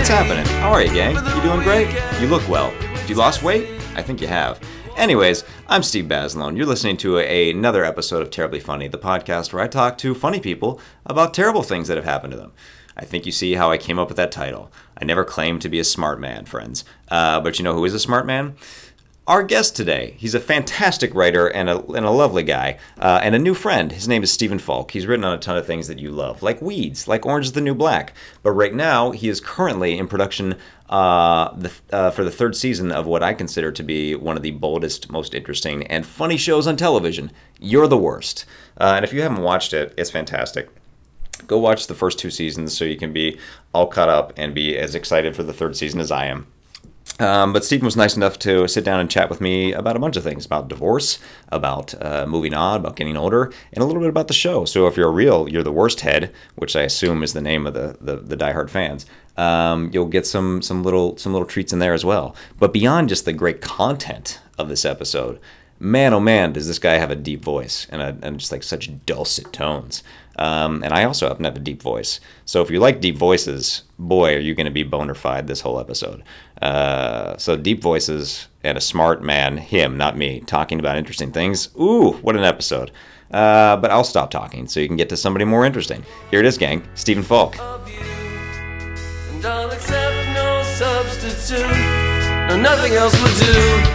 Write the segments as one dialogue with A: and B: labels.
A: How are you, gang? You doing great? You look well. You lost weight? I think you have. Anyways, I'm Steve Bazelon. You're listening to a, another episode of Terribly Funny, the podcast where I talk to funny people about terrible things that have happened to them. I think you see how I came up with that title. I never claimed to be a smart man, friends. Uh, but you know who is a smart man? Our guest today, he's a fantastic writer and a, and a lovely guy, uh, and a new friend. His name is Stephen Falk. He's written on a ton of things that you love, like Weeds, like Orange is the New Black. But right now, he is currently in production uh, the, uh, for the third season of what I consider to be one of the boldest, most interesting, and funny shows on television. You're the worst. Uh, and if you haven't watched it, it's fantastic go watch the first two seasons so you can be all caught up and be as excited for the third season as I am. Um, but Stephen was nice enough to sit down and chat with me about a bunch of things about divorce, about uh, moving on, about getting older, and a little bit about the show. So if you're real, you're the worst head, which I assume is the name of the the, the diehard fans. Um, you'll get some some little some little treats in there as well. But beyond just the great content of this episode, man, oh man, does this guy have a deep voice and, a, and just like such dulcet tones. Um, and I also happen to have a deep voice. So if you like deep voices, boy, are you going to be bonerfied this whole episode. Uh, so deep voices and a smart man, him, not me, talking about interesting things. Ooh, what an episode. Uh, but I'll stop talking so you can get to somebody more interesting. Here it is, gang. Stephen Falk.
B: of you. And I'll accept no substitute. No, nothing else will do.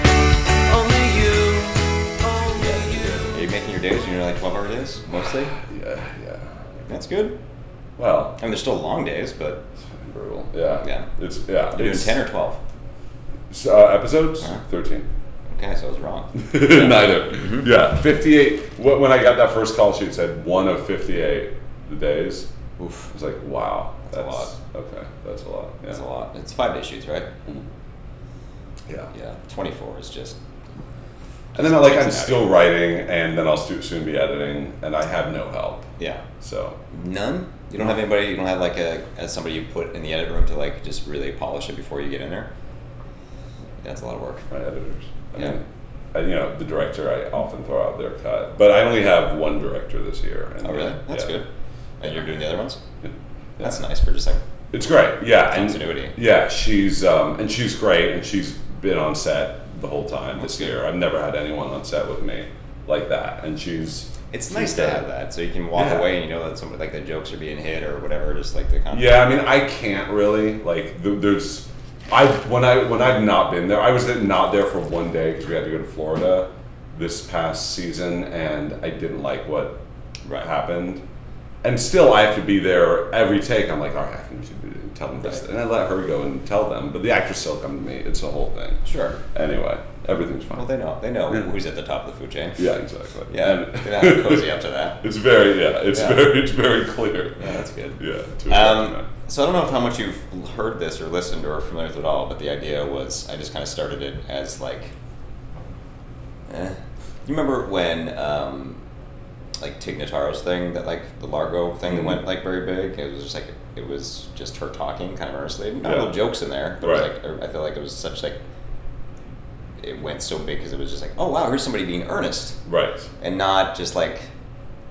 B: Only you. Only you.
A: Are you making your days? You're like 12 hour days, mostly?
C: Yeah, yeah.
A: That's good.
C: Well,
A: I mean, they're still long days, but
C: it's fucking brutal. Yeah.
A: Yeah.
C: It's yeah.
A: they're doing
C: it's-
A: 10 or 12.
C: s- uh, episodes?
A: Huh?
C: Thirteen.
A: Okay, so I was wrong.
C: Neither. Yeah. Fifty-eight. wh- When I got that first call sheet, it said one of fifty-eight days. Oof. I was like, wow,
A: That's a
C: Okay, that's a lot. Yeah.
A: That's a lot. It's five day shoots, right?
C: Yeah.
A: Yeah, 24 is just.
C: And then I like I'm
A: Exactly.
C: still writing, and then I'll stu- soon be editing, and I have no help.
A: Yeah.
C: So
A: None? You don't have anybody, you don't have like a, as somebody you put in the edit room to like just really polish it before you get in there? That's a lot of work.
C: my editors. I
A: Yeah.
C: mean, I, you know, the director. I often throw out their cut, but I only have one director this year. And
A: Oh, really? That's
C: yeah.
A: good. And you're doing the other ones?
C: Yeah.
A: That's nice for just like
C: It's great. Yeah. and-
A: continuity.
C: Yeah, she's um, and she's great, and she's been on set the whole time
A: That's
C: this
A: good.
C: year. I've never had anyone on set with me like that, and she's
A: It's
C: she's
A: nice to
C: great.
A: have that, so you can walk
C: Yeah.
A: away and you know that some like the jokes are being hit or whatever, just like the kind of-
C: Yeah, I mean, I can't really like. Th- there's, I when I when I've not been there, I was not there for one day because we had to go to Florida this past season, and I didn't like what
A: Right.
C: happened. And still, I have to be there every take. I'm like, all right, I can just tell them this,
A: Right.
C: and I let her go and tell them. But the actress still come to me. It's a whole thing.
A: Sure.
C: Anyway, everything's fine.
A: Well, they know. They know
C: Yeah.
A: who's at the top of the food chain.
C: yeah, exactly.
A: Yeah.
C: And-
A: They're not gonna cozy up to that.
C: it's very yeah. It's
A: Yeah.
C: very it's very clear.
A: Yeah, that's good.
C: Yeah. to a
A: Um,
C: document.
A: so I don't know if how much you've heard this or listened or are familiar with it at all, but the idea was I just kind of started it as like, eh. you remember when um, like Tig Notaro's thing that like the Largo thing
C: Mm-hmm.
A: that went like very big. It was just like it was just her talking kind of earnestly. Not
C: Yeah.
A: real jokes in there. It
C: Right.
A: was like er, I feel like it was such like it went so big because it was just like oh wow here's somebody being earnest
C: right.
A: and not just like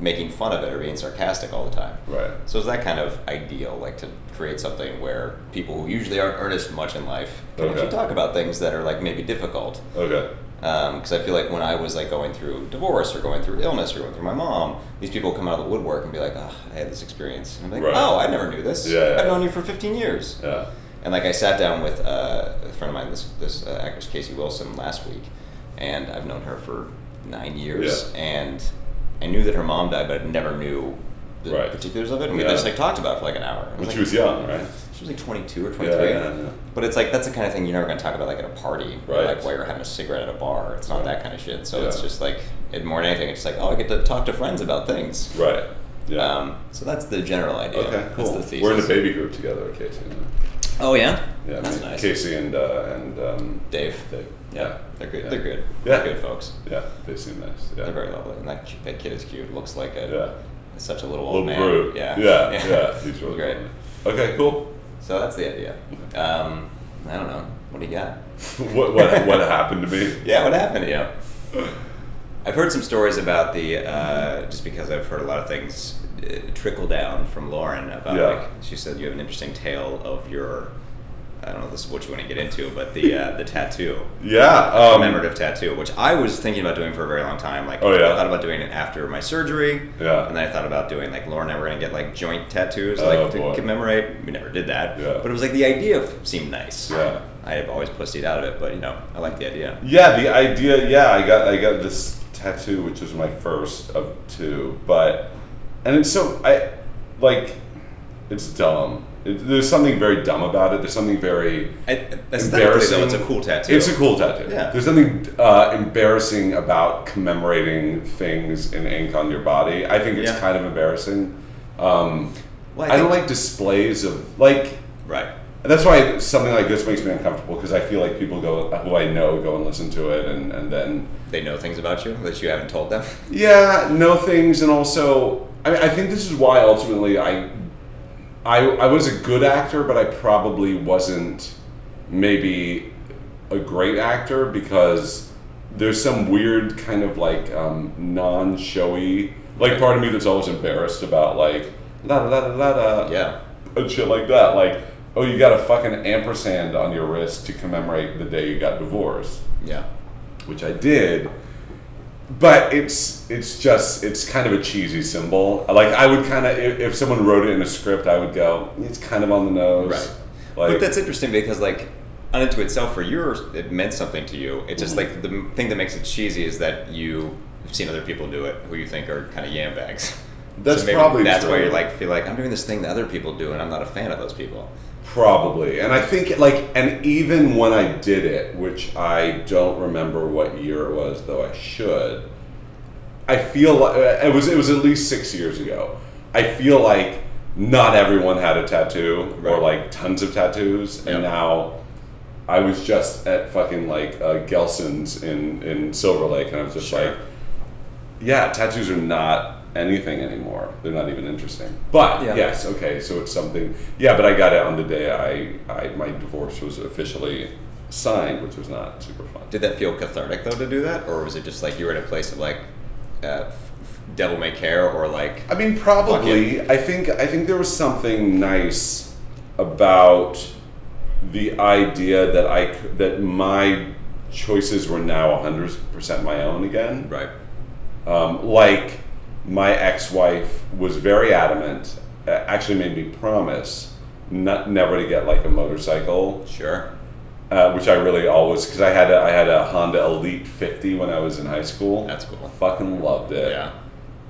A: making fun of it or being sarcastic all the time.
C: Right.
A: So it's that kind of ideal, like to create something where people who usually aren't earnest much in life can
C: Okay.
A: actually talk about things that are like maybe difficult.
C: Okay.
A: Because I feel like when I was like going through divorce or going through illness or going through my mom, these people come out of the woodwork and be like, oh, I had this experience. And I'm like,
C: Right.
A: oh, I never knew this.
C: Yeah, yeah.
A: I've known you for 15 years.
C: Yeah.
A: And like I sat down with uh, a friend of mine, this this uh, actress Casey Wilson, last week, and I've known her for nine years, and I knew that her mom died, but I never knew the
C: Right.
A: particulars of it. And we
C: Yeah.
A: just like talked about it for like an hour. It
C: When
A: like,
C: she was young, right?
A: she was like twenty two or twenty three.
C: yeah, yeah.
A: But it's like that's the kind of thing you're never going to talk about like at a party, or,
C: Right.
A: like while you're having a cigarette at a bar. It's not that kind of shit. So it's
C: Yeah.
A: just like it more than anything, it's just like oh, I get to talk to friends about things.
C: Right. Yeah.
A: Um, so that's the general idea.
C: okay. Cool.
A: That's the thesis.
C: We're in a baby group together, Casey. And I.
A: Oh yeah.
C: Yeah.
A: That's
C: me,
A: nice.
C: Casey and uh, and um,
A: Dave.
C: Dave.
A: Yeah, they're good.
C: Yeah.
A: They're good.
C: Yeah.
A: They're good folks.
C: Yeah. They seem nice. Yeah.
A: They're very lovely, and that, ki- that kid is cute. Looks like
C: Yeah.
A: a such a little
C: Little
A: old man.
C: brute.
A: Yeah,
C: Yeah. Yeah. He's really
A: great.
C: funny. Okay. Cool.
A: So that's the idea. Um, I don't know. What do you got?
C: what what what happened to me?
A: Yeah, what happened to you? I've heard some stories about the uh, just because I've heard a lot of things uh, trickle down from Lauren about
C: Yeah.
A: like she said you have an interesting tale of your I don't know if this is what you want to get into, but the uh, the tattoo,
C: Yeah. Um,
A: commemorative tattoo, which I was thinking about doing for a very long time. Like,
C: Oh, yeah?
A: I thought about doing it after my surgery.
C: Yeah.
A: And then I thought about doing like Laura and I were gonna get like joint tattoos,
C: Oh,
A: like
C: boy.
A: to commemorate. We never did that.
C: Yeah.
A: But it was like the idea f- seemed nice.
C: Yeah.
A: I have always pussied out of it, but you know, I like the idea.
C: Yeah, the idea. Yeah, I got I got this tattoo, which is my first of two, but and it's so I like it's dumb. It, there's something very dumb about it. There's something very
A: I, aesthetically,
C: embarrassing.
A: though, it's a cool tattoo.
C: It's a cool tattoo.
A: Yeah.
C: There's something uh, embarrassing about commemorating things in ink on your body. I think it's
A: Yeah.
C: kind of embarrassing. Um,
A: Well, I
C: I don't
A: think-
C: like displays of like
A: right.
C: and that's why something like this makes me uncomfortable because I feel like people go who I know go and listen to it and, and then
A: They know things about you that you haven't told them.
C: yeah know things and also I, I think this is why ultimately I, I I was a good actor but I probably wasn't maybe a great actor because there's some weird kind of like um, non-showy like part of me that's always embarrassed about like la la la la la
A: yeah.
C: and shit like that. Like, oh, you got a fucking ampersand on your wrist to commemorate the day you got divorced,
A: Yeah.
C: which I did. But it's it's just it's kind of a cheesy symbol. Like I would kind of if, if someone wrote it in a script, I would go, it's kind of on the nose,
A: Right.
C: Like,
A: but that's interesting because like unto itself for yours it meant something to you it's just
C: Mm-hmm.
A: like the m- thing that makes it cheesy is that you've seen other people do it who you think are kind of yam bags
C: That's
A: So maybe
C: probably
A: that's why
C: true.
A: you're like feel like i'm doing this thing that other people do and i'm not a fan of those people
C: Probably. And I think, like, and even when I did it, which I don't remember what year it was, though I should, I feel like it was, it was at least six years ago. I feel like not everyone had a tattoo or
A: Right.
C: like tons of tattoos.
A: Yep.
C: And now I was just at fucking like uh, Gelson's in, in Silver Lake and I was just
A: Sure.
C: like, yeah, tattoos are not anything anymore. They're not even interesting. But
A: Yeah.
C: yes, okay, so it's something. Yeah, but I got it on the day I, I my divorce was officially signed, which was not super fun.
A: did that feel cathartic though to do that or was it just like you were in a place of like uh, f- f- devil may care or like
C: I mean, probably. I think I think there was something nice about the idea that I c- that my choices were now 100% my own again.
A: right
C: um, like my ex-wife was very adamant uh, actually made me promise not, never to get like a motorcycle
A: sure
C: uh, which i really always because i had a, i had a honda elite 50 when i was in high school
A: That's cool.
C: fucking loved it
A: yeah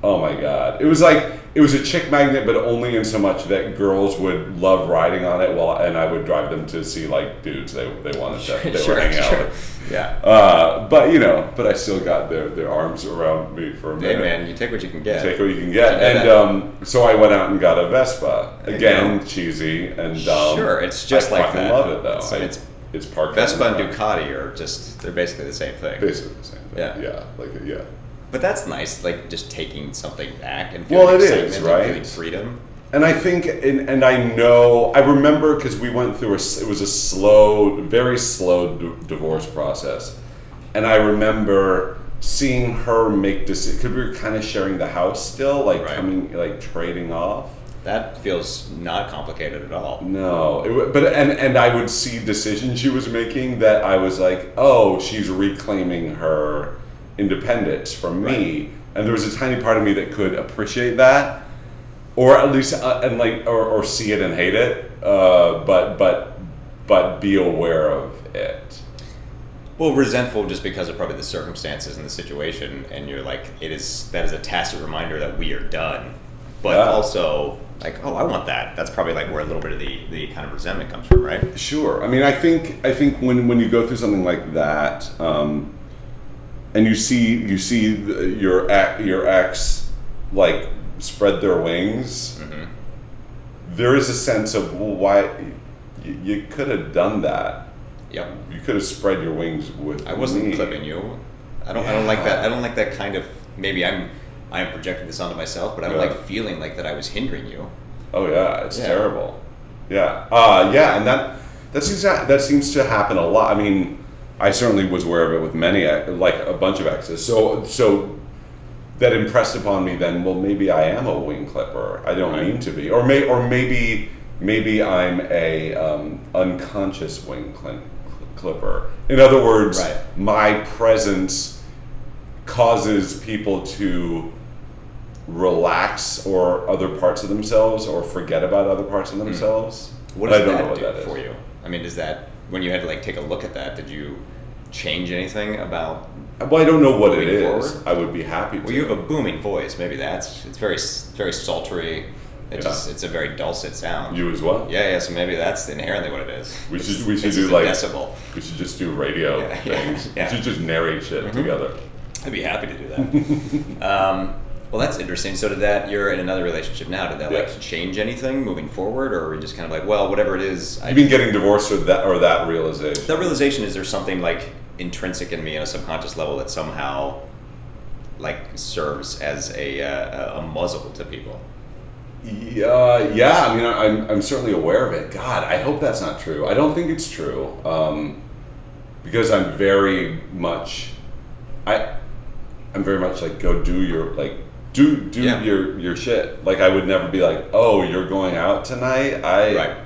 C: oh my god it was like it was a chick magnet but only in so much that girls would love riding on it while and i would drive them to see like dudes they, they wanted to they were hanging out with
A: yeah
C: uh, but you know but i still got their, their arms around me for a
A: hey
C: minute
A: man you take what you can get
C: take what you can get.
A: Yeah,
C: And
A: that-
C: um, so I went out and got a Vespa.
A: you
C: Again,
A: go.
C: cheesy and dumb.
A: Sure, it's just
C: I
A: like
C: fucking
A: that.
C: love it though.
A: It's-
C: I-
A: it's-
C: it's parked.
A: vespa
C: on
A: and
C: the ground.
A: ducati are just they're basically the same thing
C: Basically the same thing.
A: Yeah.
C: yeah, like yeah.
A: But that's nice, like just taking something back and
C: Well,
A: feeling
C: it is,
A: excitement and
C: right?
A: feeling freedom.
C: And I think, and, and I know, I remember because we went through a, s- it was a slow, very slow d- divorce process. And I remember seeing her make decisions, because we were kind of sharing the house still, like
A: Right.
C: coming, like trading off.
A: That feels not complicated at all.
C: No, it, wa- but and and I would see decisions she was making that I was like, oh, she's reclaiming her independence from me, and there was a tiny part of me that could appreciate that, or at least uh, and like or, or see it and hate it, uh, but but but be aware of it.
A: Well, resentful just because of probably the circumstances and the situation, and you're like, it is that is a tacit reminder that we are done. But
C: Yeah.
A: also, like, oh, I want that. That's probably like where a little bit of the, the kind of resentment comes from, right?
C: Sure. I mean, I think I think when when you go through something like that, um, and you see you see th- your ac- your ex like spread their wings,
A: Mm-hmm.
C: there is a sense of well, why you, you could have done that.
A: Yep.
C: You could have spread your wings with.
A: I wasn't
C: me.
A: clipping you. I don't. I don't like
C: Yeah.
A: that. I don't like that kind of. Maybe I'm. I'm projecting this onto myself, but I don't
C: Yeah.
A: like feeling like that I was hindering you.
C: Oh yeah, it's
A: Yeah.
C: terrible. Yeah. Uh, yeah, and that that seems to, that seems to happen a lot. I mean, I certainly was aware of it with many, ex- like a bunch of exes. So so that impressed upon me then. Well, maybe I am a wing clipper. I don't
A: Right.
C: mean to be, or may or maybe maybe I'm a um, unconscious wing clin- clipper. In other words,
A: Right.
C: my presence causes people to relax or other parts of themselves or forget about other parts of themselves.
A: Hmm. What
C: But
A: does
C: I don't
A: that
C: know what
A: do
C: that is.
A: for you? I mean, does that when you had to like take a look at that, did you change anything about?
C: Well, I don't know what it
A: Moving
C: is.
A: forward?
C: I would be happy to.
A: Well, you have a booming voice. Maybe that's it's very s- very sultry. It
C: Yeah.
A: just it's a very dulcet sound.
C: You as well.
A: yeah, yeah. So maybe that's inherently what it is.
C: We
A: It's-
C: should we should
A: it's
C: do
A: just
C: like
A: a decibel.
C: we should just do radio
A: Yeah, yeah,
C: things.
A: yeah. Mm-hmm.
C: We should just narrate shit together.
A: I'd be happy to do that. um, well, that's interesting. So, did that? You're in another relationship now. Did that
C: Yeah.
A: like change anything moving forward, or are you just kind of like, well, whatever it is, I
C: Even getting divorced or that or that realization.
A: that realization is there something like intrinsic in me on a subconscious level that somehow like serves as a uh, a- a muzzle to people.
C: Yeah, yeah. I mean, I- I'm, I'm certainly aware of it. God, I hope that's not true. I don't think it's true um, because I'm very much, I, I'm very much like go do your like do do
A: Yeah.
C: your your shit. Like I would never be like, oh, you're going out tonight. I
A: Right.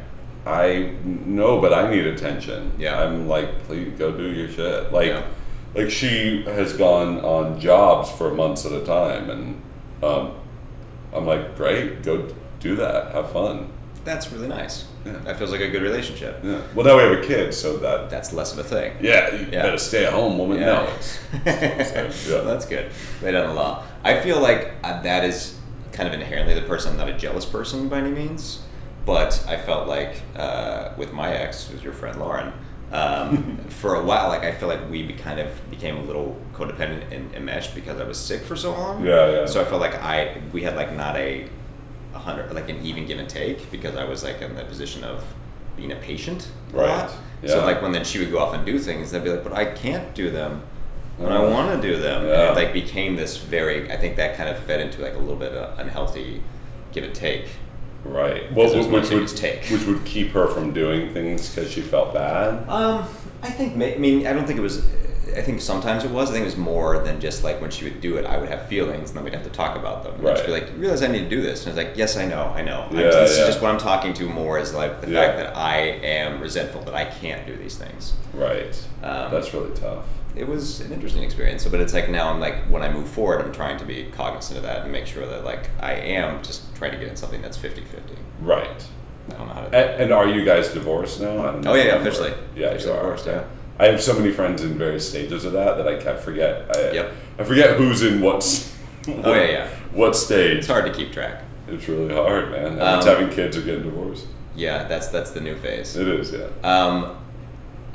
C: I know, but I need attention.
A: Yeah.
C: I'm like, please go do your shit. Like,
A: Yeah.
C: like she has gone on jobs for months at a time, and um, I'm like, great, go do that, have fun.
A: That's really nice.
C: Yeah.
A: That feels like a good relationship.
C: Yeah. Well, now we have a kid, so that
A: That's less of a thing.
C: yeah, you
A: Yeah.
C: better stay at home, woman. No, it's- Yeah.
A: That's good. They done a lot. I feel like uh, that is kind of inherently the person. I'm not a jealous person by any means, but I felt like uh, with my ex, who's your friend Lauren, um, for a while, like I feel like we be- kind of became a little codependent and enmeshed because I was sick for so long.
C: Yeah, yeah.
A: So I felt like I we had like not a a hundred like an even give and take because I was like in the position of being a patient a
C: Right.
A: lot.
C: Yeah.
A: So like when then she would go off and do things, and I'd be like, but I can't do them when I want to do them.
C: Mm. Yeah.
A: And it like became this very. I think that kind of fed into like a little bit of unhealthy give and take.
C: right. Well,
A: there's
C: wh-
A: one
C: which
A: thing
C: would
A: to take.
C: which would keep her from doing things because she felt bad.
A: Um, I think. ma- I mean, I don't think it was. I think sometimes it was. I think it was more than just like when she would do it, I would have feelings, and then we'd have to talk about them. And then she'd be
C: Right.
A: like, "You realize I need to do this?" And I was like, "Yes, I know, I know. I'm-
C: Yeah,
A: this
C: yeah.
A: is just what I'm talking to more is like the
C: Yeah.
A: fact that I am resentful that I can't do these things."
C: Right.
A: Um,
C: That's really tough.
A: it was an interesting experience. So, but it's like now I'm like when I move forward, I'm trying to be cognizant of that and make sure that like I am just trying to get in something that's 50-50.
C: Right.
A: I don't know how to.
C: And, and are you guys divorced now? I don't know
A: Oh, yeah, yeah,
C: if you
A: officially.
C: are. Yeah,
A: Officially
C: you are.
A: divorced, yeah.
C: I have so many friends in various stages of that that I can't forget. I,
A: Yep.
C: I forget who's in what. s-
A: Oh, yeah, yeah.
C: What stage?
A: It's hard to keep track.
C: It's really hard, man. Everyone's
A: Um,
C: having kids or getting divorced.
A: Yeah, that's that's the new phase.
C: It is, yeah.
A: Um,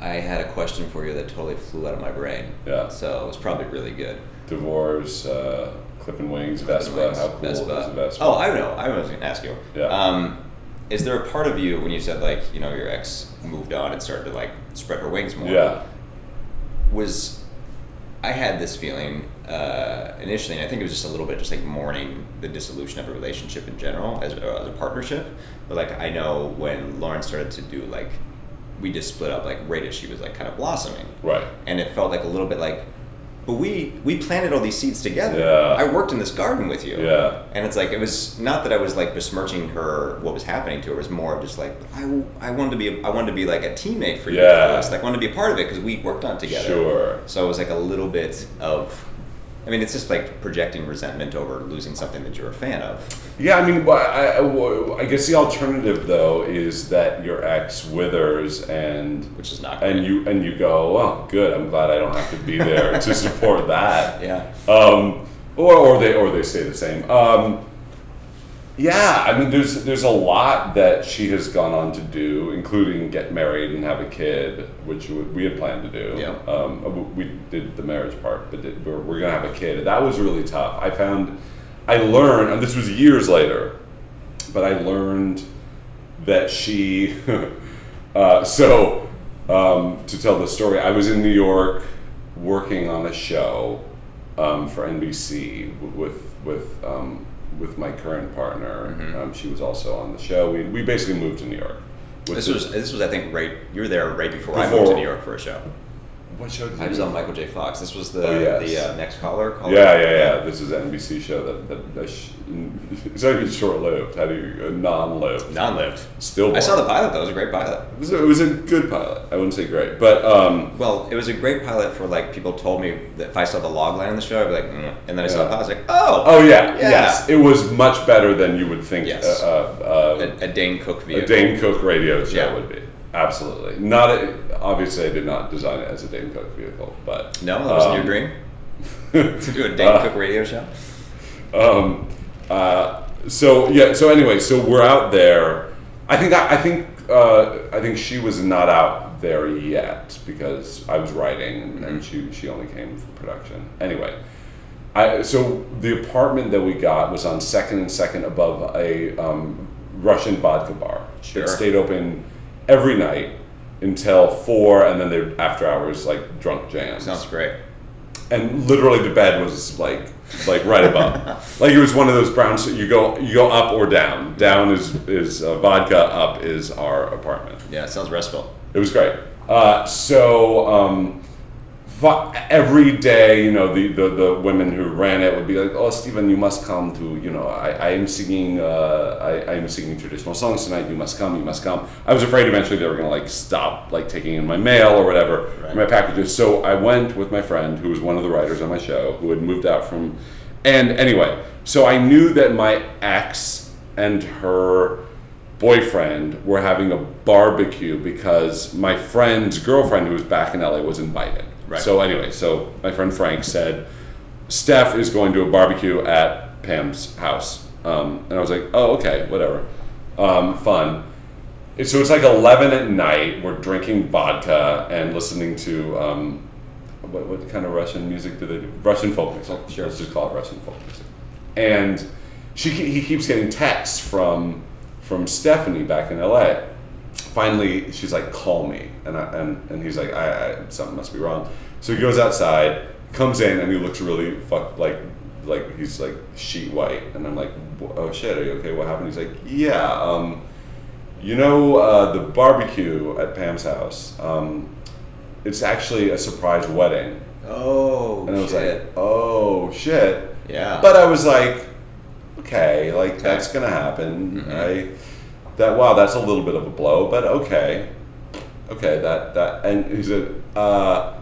A: I had a question for you that totally flew out of my brain.
C: Yeah.
A: So it was probably really good.
C: Divorce, uh, clipping wings, Vespa.
A: Anyways,
C: How cool is a Vespa?
A: Oh, I know. I was going to ask you.
C: Yeah.
A: Um, is there a part of you when you said like you know your ex moved on and started to like spread her wings more?
C: yeah.
A: was I had this feeling uh, initially, and I think it was just a little bit just like mourning the dissolution of a relationship in general as, or as a partnership. But like I know when Lauren started to do like we just split up like right as she was like kind of blossoming,
C: Right.
A: and it felt like a little bit like, but we we planted all these seeds together.
C: Yeah.
A: I worked in this garden with you.
C: Yeah.
A: And it's like it was not that I was like besmirching her what was happening to her. It was more of just like I, I wanted to be I wanted to be like a teammate for you.
C: Yeah.
A: first. Like I wanted to be a part of it because we worked on it together.
C: Sure.
A: So it was like a little bit of, I mean, it's just like projecting resentment over losing something that you're a fan of.
C: Yeah, I mean, wh- I, I- wh- I guess the alternative though is that your ex withers and
A: Which is not
C: and
A: great.
C: you and you go, oh, good. I'm glad I don't have to be there to support that.
A: Yeah.
C: Um, or, or they or they stay the same. Um, yeah, I mean, there's there's a lot that she has gone on to do, including get married and have a kid, which we- we had planned to do.
A: Yeah.
C: Um, w- we did the marriage part, but did- we're, we're gonna have a kid. That was really tough. I found, I learned, and this was years later, but I learned that she. uh, so, um, to tell the story, I was in New York working on a show um, for NBC w- with with um, with my current partner.
A: Mm-hmm.
C: Um, she was also on the show. We, we basically moved to New York. with
A: This
C: the-
A: was this was I think right you were there right before, I
C: Before-
A: moved to New York for a show.
C: What show did
A: I
C: you
A: was
C: do?
A: on Michael J. Fox. This was the
C: Oh, yes.
A: the uh, next caller. caller.
C: Yeah, yeah, yeah. This is an NBC show that, that, that sh- it's not even short lived. How do you uh, non lived?
A: Non lived.
C: Still,
A: I saw the pilot. That was a great pilot.
C: It was, a, it was a good pilot. I wouldn't say great, but um,
A: Well, it was a great pilot for like people told me that if I saw the log line in the show, I'd be like, mm. and then I saw
C: Yeah.
A: the pilot, I was like, oh,
C: oh yeah,
A: Yeah.
C: yes, it was much better than you would think.
A: Yes.
C: Uh, uh, uh,
A: a, a Dane Cook
C: a
A: vehicle.
C: Dane Cook radio show
A: Yeah.
C: would be absolutely not. A, obviously, I did not design it as a Dane Cook vehicle, but
A: No, that was
C: um,
A: your dream to do a Dane
C: Uh,
A: Cook radio show.
C: um, uh, so yeah so anyway so we're out there i think i, I think uh, i think she was not out there yet because i was writing and,
A: Mm-hmm.
C: and she she only came for production anyway I, so the apartment that we got was on second and second above a um, russian vodka bar
A: Sure.
C: it stayed open every night until four and then they after hours like drunk jams
A: Sounds great.
C: and literally the bed was like like right above like it was one of those brown so you go you go up or down down is is uh, vodka up is our apartment
A: Yeah, it sounds restful.
C: it was great uh, so um vo- every day you know the, the the women who ran it would be like oh stephen you must come to you know i, I am singing uh, I, I am singing traditional songs tonight you must come you must come i was afraid eventually they were gonna like stop like taking in my mail or whatever
A: Right.
C: my packages so i went with my friend who was one of the writers on my show who had moved out from and anyway so i knew that my ex and her boyfriend were having a barbecue because my friend's girlfriend who was back in LA was invited.
A: Right.
C: So anyway, so my friend Frank said, Steph is going to a barbecue at Pam's house. Um, and I was like, oh, okay, whatever. Um, fun. It- So it's like 11 at night. We're drinking vodka and listening to um, what, what kind of Russian music do they do? Russian folk music.
A: Sure.
C: Let's just call it Russian folk music. And she, ke- he keeps getting texts from, from Stephanie back in LA. Finally, she's like, call me. And, I, and, and he's like, I, I, something must be wrong. So he goes outside, comes in, and he looks really fuck, like, like he's like sheet white. And I'm like, "Wh- oh shit, are you okay? What happened? He's like, yeah. Um, you know uh, the barbecue at Pam's house. Um, it's actually a surprise wedding,
A: Oh,
C: and I was
A: shit.
C: like, "Oh shit!"
A: yeah.
C: But I was like, "Okay, like that's gonna happen." I that wow, that's a little bit of a blow, but okay, okay, that that and he said, uh,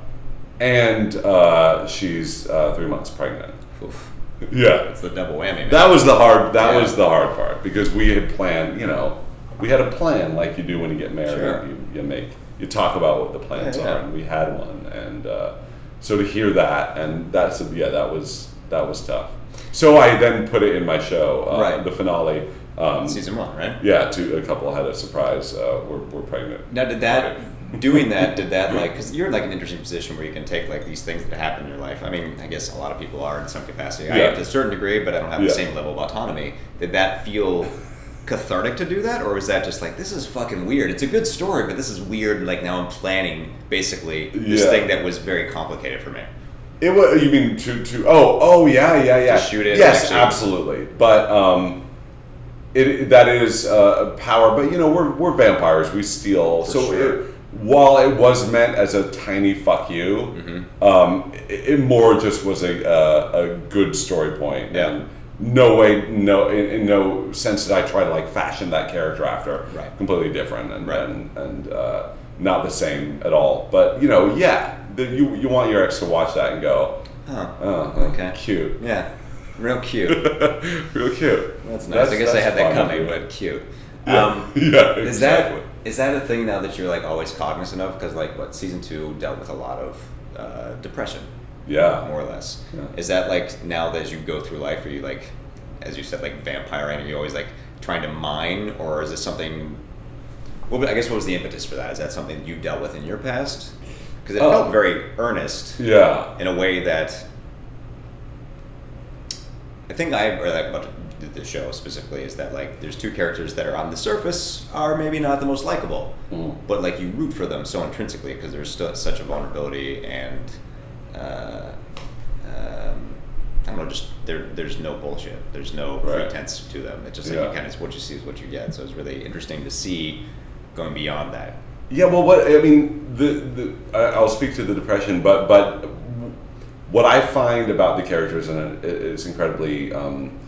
C: and uh, she's uh, three months pregnant.
A: Oof,
C: Yeah,
A: that's the double whammy. Man.
C: that was the hard. That
A: Yeah.
C: was the hard part because we had planned. You know, we had a plan like you do when you get married.
A: Sure.
C: You, you make you talk about what the plans
A: Yeah, yeah.
C: are, and we had one. And uh, so to hear that, and that's yeah, that was that was tough. So I then put it in my show, uh,
A: Right.
C: the finale. Um,
A: season one, right?
C: yeah, to a couple had a surprise. Uh, we're, we're pregnant.
A: Now, did that doing that did that like because you're in like an interesting position where you can take like these things that happen in your life. I mean, I guess a lot of people are in some capacity. I
C: Yeah.
A: have to a certain degree, but I don't have the
C: Yeah.
A: same level of autonomy. Did that feel cathartic to do that, or was that just like this is fucking weird? It's a good story, but this is weird. Like now I'm planning basically this
C: Yeah.
A: thing that was very complicated for me.
C: It was. You mean to to? Oh, oh yeah, yeah, yeah.
A: To shoot it and
C: Yes,
A: actually-
C: absolutely. But um, it that is uh, power. But you know, we're we're vampires. We steal.
A: For
C: so
A: sure.
C: it, while it was meant as a tiny fuck you,
A: Mm-hmm.
C: um, it, it more just was a a, a good story point.
A: Yeah.
C: And no way, no, in, in no sense did I try to like fashion that character after.
A: Right.
C: Completely different and
A: Right.
C: and, and uh, not the same at all. But you know, yeah. The, you, you want your ex to watch that and go,
A: Huh.
C: Oh,
A: Okay.
C: okay. Cute.
A: Yeah, real cute.
C: Real cute.
A: That's nice. I guess I
C: that's
A: had that
C: fun.
A: coming, but cute.
C: yeah.
A: Um,
C: yeah,
A: Is
C: exactly.
A: that is that a thing now that you're like always cognizant of? Because like what season two dealt with a lot of uh, depression,
C: Yeah.
A: more or less.
C: Yeah.
A: Is that like now that as you go through life, are you like, as you said, like vampiring? Are you always like trying to mine, or is it something? Well, I guess what was the impetus for that? Is that something you dealt with in your past? Because it
C: Oh.
A: felt very earnest
C: Yeah.
A: in a way that I think I or like about the- the show specifically is that like there's two characters that are on the surface are maybe not the most likable,
C: Mm.
A: but like you root for them so intrinsically because there's stu- such a vulnerability and uh, um, I don't know, just there there's no bullshit, there's no
C: Right.
A: pretense to them. It's just like
C: Yeah.
A: you kind of what you see is what you get. So it's really interesting to see going beyond that.
C: Yeah, well, what I mean, the, the I- I'll speak to the depression, but but what I find about the characters, and it is incredibly um,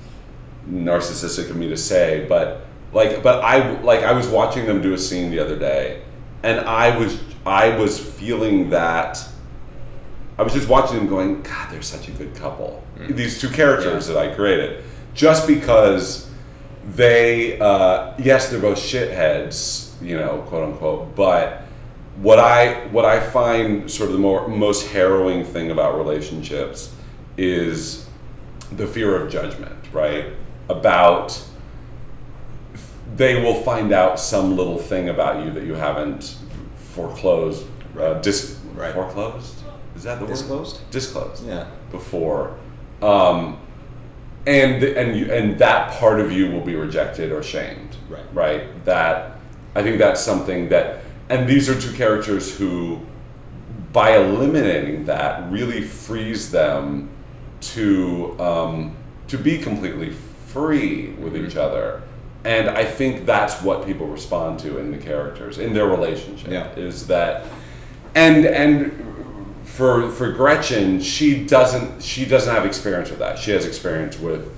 C: narcissistic of me to say, but like, but I like I was watching them do a scene the other day, and I was I was feeling that. I was just watching them going, God, they're such a good couple. These two characters that I created, just because they uh, yes they're both shitheads you know quote unquote but what i what i find sort of the more most harrowing thing about relationships is the fear of judgment right about they will find out some little thing about you that you haven't foreclosed uh, dis-
A: Right.
C: foreclosed is that the word
A: Disclosed?
C: disclosed
A: Yeah.
C: before, um, and and you, and that part of you will be rejected or shamed.
A: Right.
C: Right. That I think that's something that, and these are two characters who, by eliminating that, really frees them to um, to be completely free with
A: Mm-hmm.
C: each other. And I think that's what people respond to in the characters, in their relationship,
A: Yeah.
C: is that, and and for for Gretchen, she doesn't she doesn't have experience with that. She has experience with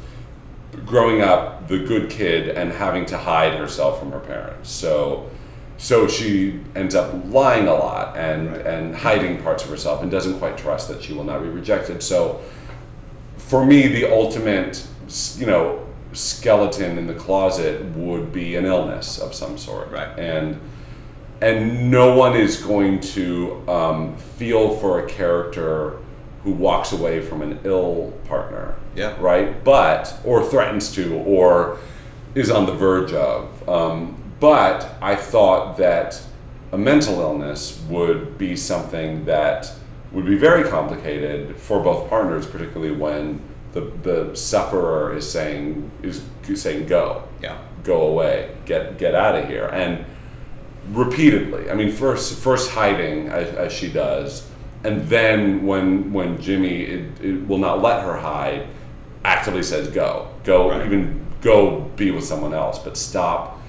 C: growing up the good kid and having to hide herself from her parents. So so she ends up lying a lot and and hiding parts of herself and doesn't quite trust that she will not be rejected. So for me the ultimate s- you know skeleton in the closet would be an illness of some sort.
A: Right.
C: And and no one is going to um, feel for a character who walks away from an ill partner,
A: Yeah.
C: right? But or threatens to or is on the verge of. Um, but I thought that a mental illness would be something that would be very complicated for both partners, particularly when the, the sufferer is saying is saying go
A: Yeah.
C: go away, get get out of here, and repeatedly. I mean, first first hiding as, as she does, and then when when Jimmy it, it will not let her hide, actively says go go
A: Right.
C: even go be with someone else, but stop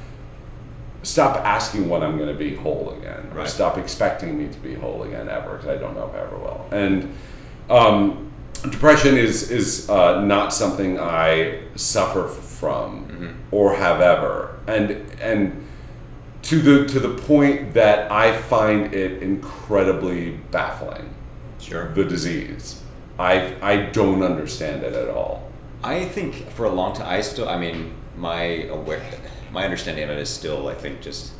C: stop asking when I'm going to be whole again, or
A: Right.
C: stop expecting me to be whole again ever, because I don't know if I ever will. And um, depression is is uh, not something I suffer f- from
A: Mm-hmm.
C: or have ever, and and to the to the point that I find it incredibly baffling.
A: Sure.
C: The disease, I I don't understand it at all.
A: I think for a long time, I still, I mean, my aware, my understanding of it is still, I think, just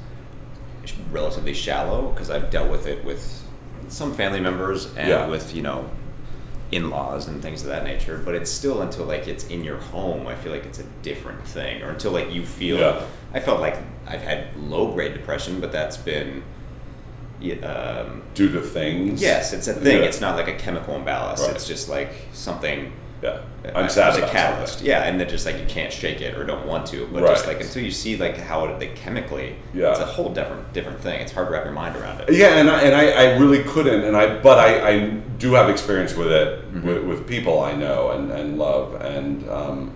A: sh- relatively shallow because I've dealt with it with some family members and
C: Yeah.
A: with you know in-laws and things of that nature. But it's still until like it's in your home, I feel like it's a different thing, or until like you feel.
C: Yeah.
A: I felt like I've had low-grade depression, but that's been. y- Um,
C: Do the things.
A: yes, it's a thing.
C: Yeah.
A: It's not like a chemical imbalance.
C: Right.
A: It's just like something
C: Yeah,
A: uh,
C: I'm sad
A: as a
C: about
A: catalyst.
C: something.
A: Yeah, and then just like you can't shake it or don't want to, but just
C: Right.
A: like until you see like how it like, chemically,
C: Yeah.
A: it's a whole different different thing. It's hard to wrap your mind around it.
C: Yeah, and I, and I, I really couldn't, and I but I, I do have experience with it with, with people I know and, and love and um,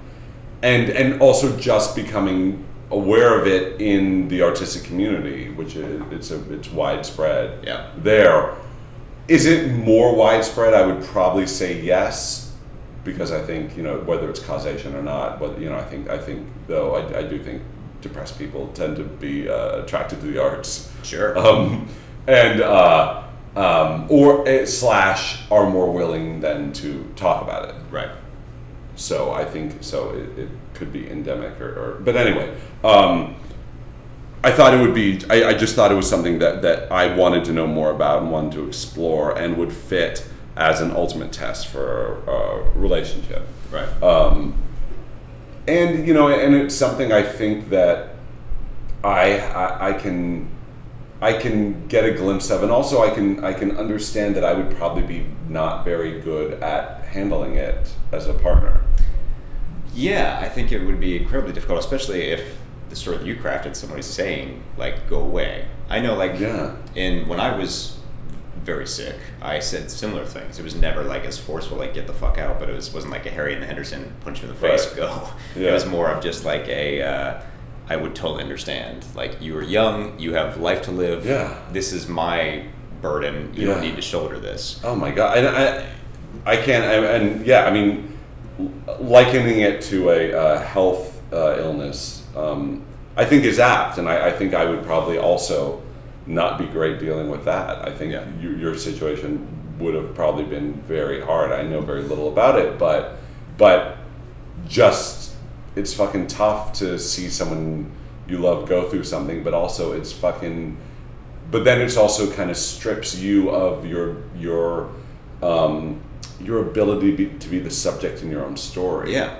C: and and also just becoming aware of it in the artistic community, which is it's a it's widespread.
A: Yeah.
C: there is it more widespread. I would probably say yes because I think you know whether it's causation or not, but you know I think I think though I, I do think depressed people tend to be uh, attracted to the arts
A: Sure.
C: um, and uh, um, or eh, slash are more willing than to talk about it.
A: right.
C: So I think so it, it could be endemic or, or but anyway, um, I thought it would be I, I just thought it was something that that I wanted to know more about and wanted to explore and would fit as an ultimate test for a relationship.
A: Right.
C: And you know, and it's something I think that I, I I can I can get a glimpse of, and also I can I can understand that I would probably be not very good at handling it as a partner.
A: yeah, I think it would be incredibly difficult, especially if the story that you crafted, somebody's saying like, "Go away." I know, like,
C: Yeah.
A: in when I was very sick, I said similar things. It was never like as forceful, like "Get the fuck out," but it was wasn't like a Harry and the Henderson punch you in the face,
C: Right.
A: go. It
C: Yeah.
A: was more of just like a. Uh, I would totally understand. Like you are young, you have life to live.
C: Yeah.
A: This is my burden. You don't
C: Yeah.
A: need to shoulder this.
C: Oh my god! And I, I can't. I, and yeah, I mean, likening it to a uh, health uh, illness, um, I think is apt, and I, I think I would probably also not be great dealing with that. I think
A: Yeah.
C: you, your situation would have probably been very hard. I know very little about it, but but just it's fucking tough to see someone you love go through something, but also it's fucking but then it's also kind of strips you of your your um, your ability be, to be the subject in your own story
A: Yeah.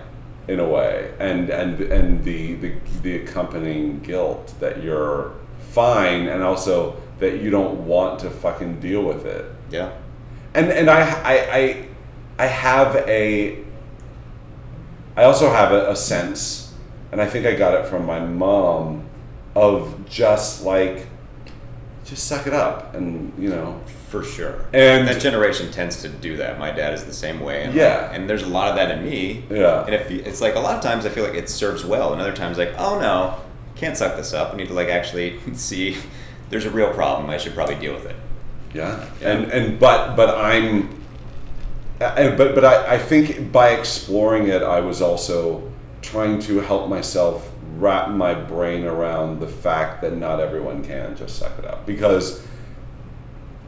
C: in a way and and and the, the the accompanying guilt that you're fine and also that you don't want to fucking deal with it
A: Yeah.
C: and and I I I, I have a I also have a, a sense, and I think I got it from my mom, of just like just suck it up and you know
A: For sure.
C: And-
A: that generation tends to do that. My dad is the same way. And
C: Yeah.
A: and there's a lot of that in me.
C: Yeah.
A: And if you, it's like a lot of times I feel like it serves well, and other times like, oh no, can't suck this up. I need to like actually see there's a real problem. I should probably deal with it.
C: Yeah,
A: Yeah.
C: and and but but I'm, I, but but I, I think by exploring it, I was also trying to help myself wrap my brain around the fact that not everyone can just suck it up because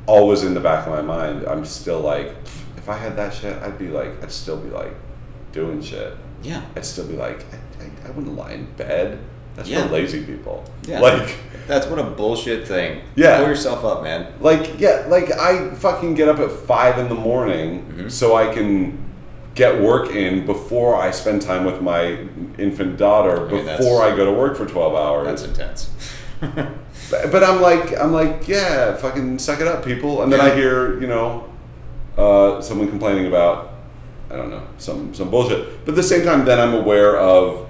C: always in the back of my mind, I'm still like, "Pff, if I had that shit, I'd be like, I'd still be like, doing shit.
A: Yeah.
C: I'd still be like, I, I, I wouldn't lie in bed. That's
A: Yeah.
C: for lazy people.
A: Yeah.
C: Like.
A: That's what a bullshit thing.
C: Yeah.
A: Pull yourself up, man.
C: Like yeah, like I fucking get up at five in the morning
A: Mm-hmm.
C: so I can get work in before I spend time with my infant daughter
A: mean, that's-
C: before I go to work for twelve hours.
A: That's intense.
C: but, but I'm like I'm like yeah, fucking suck it up, people. And then I
A: Yeah.
C: hear you know uh, someone complaining about I don't know some some bullshit. But at the same time, then I'm aware of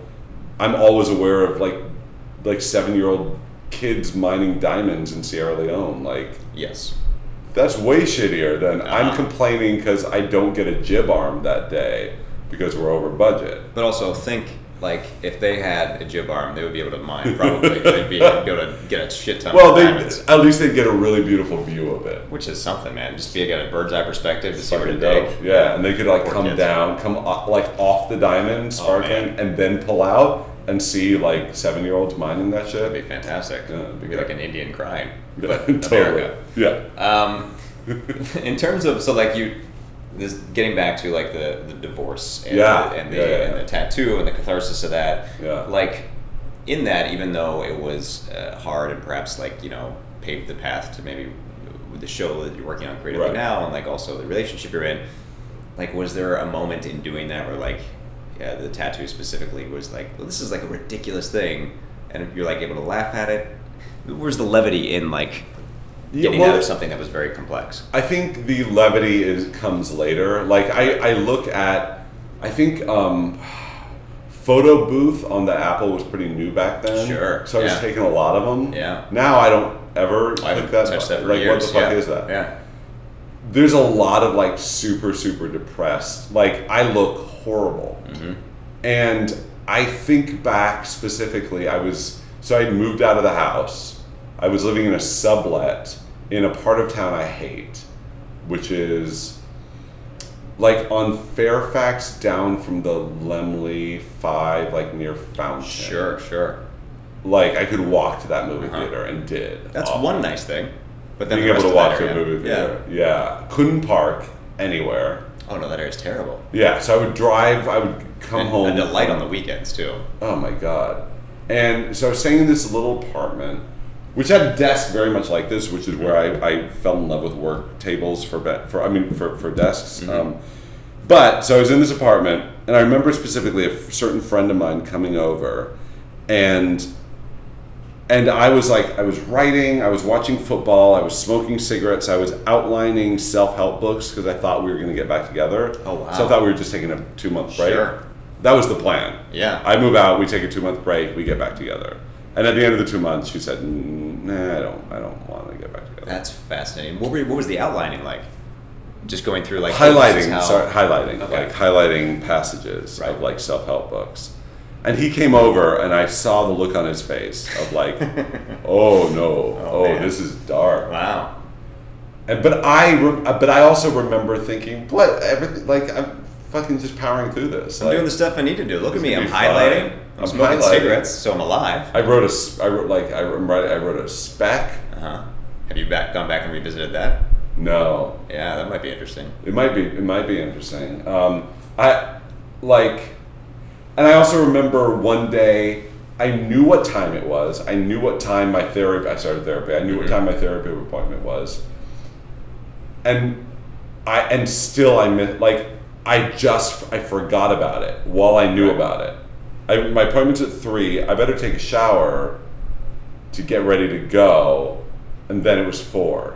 C: I'm always aware of like like seven year old kids mining diamonds in Sierra Leone like.
A: yes.
C: That's way shittier than
A: Uh-huh.
C: I'm complaining because I don't get a jib arm that day because we're over budget.
A: But also think like if they had a jib arm, they would be able to mine. Probably they'd be able to get a shit ton
C: Well,
A: of
C: they
A: diamonds,
C: at least they get a really beautiful view of it.
A: which is something, man. Just be get a bird's eye perspective to see where to
C: Fucking dope.
A: dig.
C: Yeah, and they could like
A: Poor
C: come
A: kids. Oh,
C: down, come off, like off the diamond, sparkling,
A: man.
C: and then pull out and see like seven year olds mining that
A: That'd
C: shit.
A: be fantastic.
C: Yeah, that'd
A: be
C: be
A: like
C: great.
A: an Indian crying,
C: Yeah,
A: but
C: totally.
A: America.
C: Yeah.
A: Um, in terms of so like you, this getting back to like the, the divorce and
C: Yeah,
A: the, and, the,
C: yeah, yeah,
A: and the
C: yeah.
A: tattoo and the catharsis of that.
C: Yeah.
A: Like in that, even though it was uh, hard and perhaps like you know paved the path to maybe with the show that you're working on creatively
C: Right.
A: now and like also the relationship you're in. Like, was there a moment in doing that where like yeah, the tattoo specifically was like, well, this is like a ridiculous thing, and you're like able to laugh at it. Where's the levity in like
C: Yeah,
A: getting
C: well,
A: out of something that was very complex.
C: I think the levity is comes later. Like I, I look at, I think um, photo booth on the Apple was pretty new back then.
A: Sure,
C: So I was
A: yeah.
C: taking a lot of them.
A: Yeah.
C: Now I don't ever
A: I
C: click
A: haven't
C: that.
A: touched that for
C: like
A: years.
C: what the fuck
A: yeah.
C: is that?
A: Yeah.
C: There's a lot of like super super depressed. Like I look horrible.
A: Mm-hmm.
C: And I think back specifically, I was so I moved out of the house. I was living in a sublet in a part of town I hate, which is like on Fairfax down from the Lemley Five, like near Fountain.
A: Sure, sure.
C: Like I could walk to that movie
A: Uh-huh.
C: theater and did.
A: That's
C: Off-
A: one nice thing. But then
C: Being
A: the
C: able
A: rest
C: to
A: of
C: walk
A: that
C: to a
A: area-
C: movie theater. yeah. Couldn't park anywhere.
A: Yeah. Oh no, that area's terrible.
C: Yeah, so I would drive. I would come
A: and,
C: home.
A: And a light
C: from-
A: on the weekends too.
C: Oh my god! And so I was staying in this little apartment, which had a desk very much like this, which is where I, I fell in love with work tables for be- for I mean for for desks.
A: Mm-hmm.
C: Um, but so I was in this apartment, and I remember specifically a f- certain friend of mine coming over, and and I was like I was writing, I was watching football, I was smoking cigarettes, I was outlining self help books because I thought we were going to get back together.
A: Oh, wow.
C: So I thought we were just taking a two month break.
A: Sure.
C: That was the plan.
A: Yeah.
C: I move out. We take a two month break. We get back together. And at the end of the two months, she said, "Mm, "Nah, I don't. I don't want to get back together."
A: That's fascinating. What were what was the outlining like? Just going through like oh, this is
C: highlighting,
A: how-
C: sorry, highlighting,
A: Okay.
C: like highlighting passages
A: Right.
C: of like self help books, And he came over, and I saw the look on his face of like, "Oh no,
A: Oh,
C: oh,
A: man.
C: this is dark."
A: Wow.
C: And, but I, re- but I also remember thinking, "What? Everything? Like I'm fucking just powering through this."
A: I'm
C: Like,
A: doing the stuff I need to do. Look at me. I'm
C: It's gonna be
A: highlighting.
C: fine.
A: I'm,
C: I'm
A: smoking
C: highlighting.
A: cigarettes, so I'm alive.
C: I wrote a, s- I wrote like I wrote, I wrote a spec.
A: Uh huh. Have you back gone back and revisited that?
C: No,
A: Yeah, that might be interesting.
C: It might be. It might be interesting. Um, I like, and I also remember one day. I knew what time it was. I knew what time my therapy. I started therapy. I knew what
A: Mhm.
C: time my therapy appointment was. And I and still I mi- like I just I forgot about it while I knew
A: Right.
C: about it. I, my appointment's at three. I better take a shower to get ready to go, and then it was four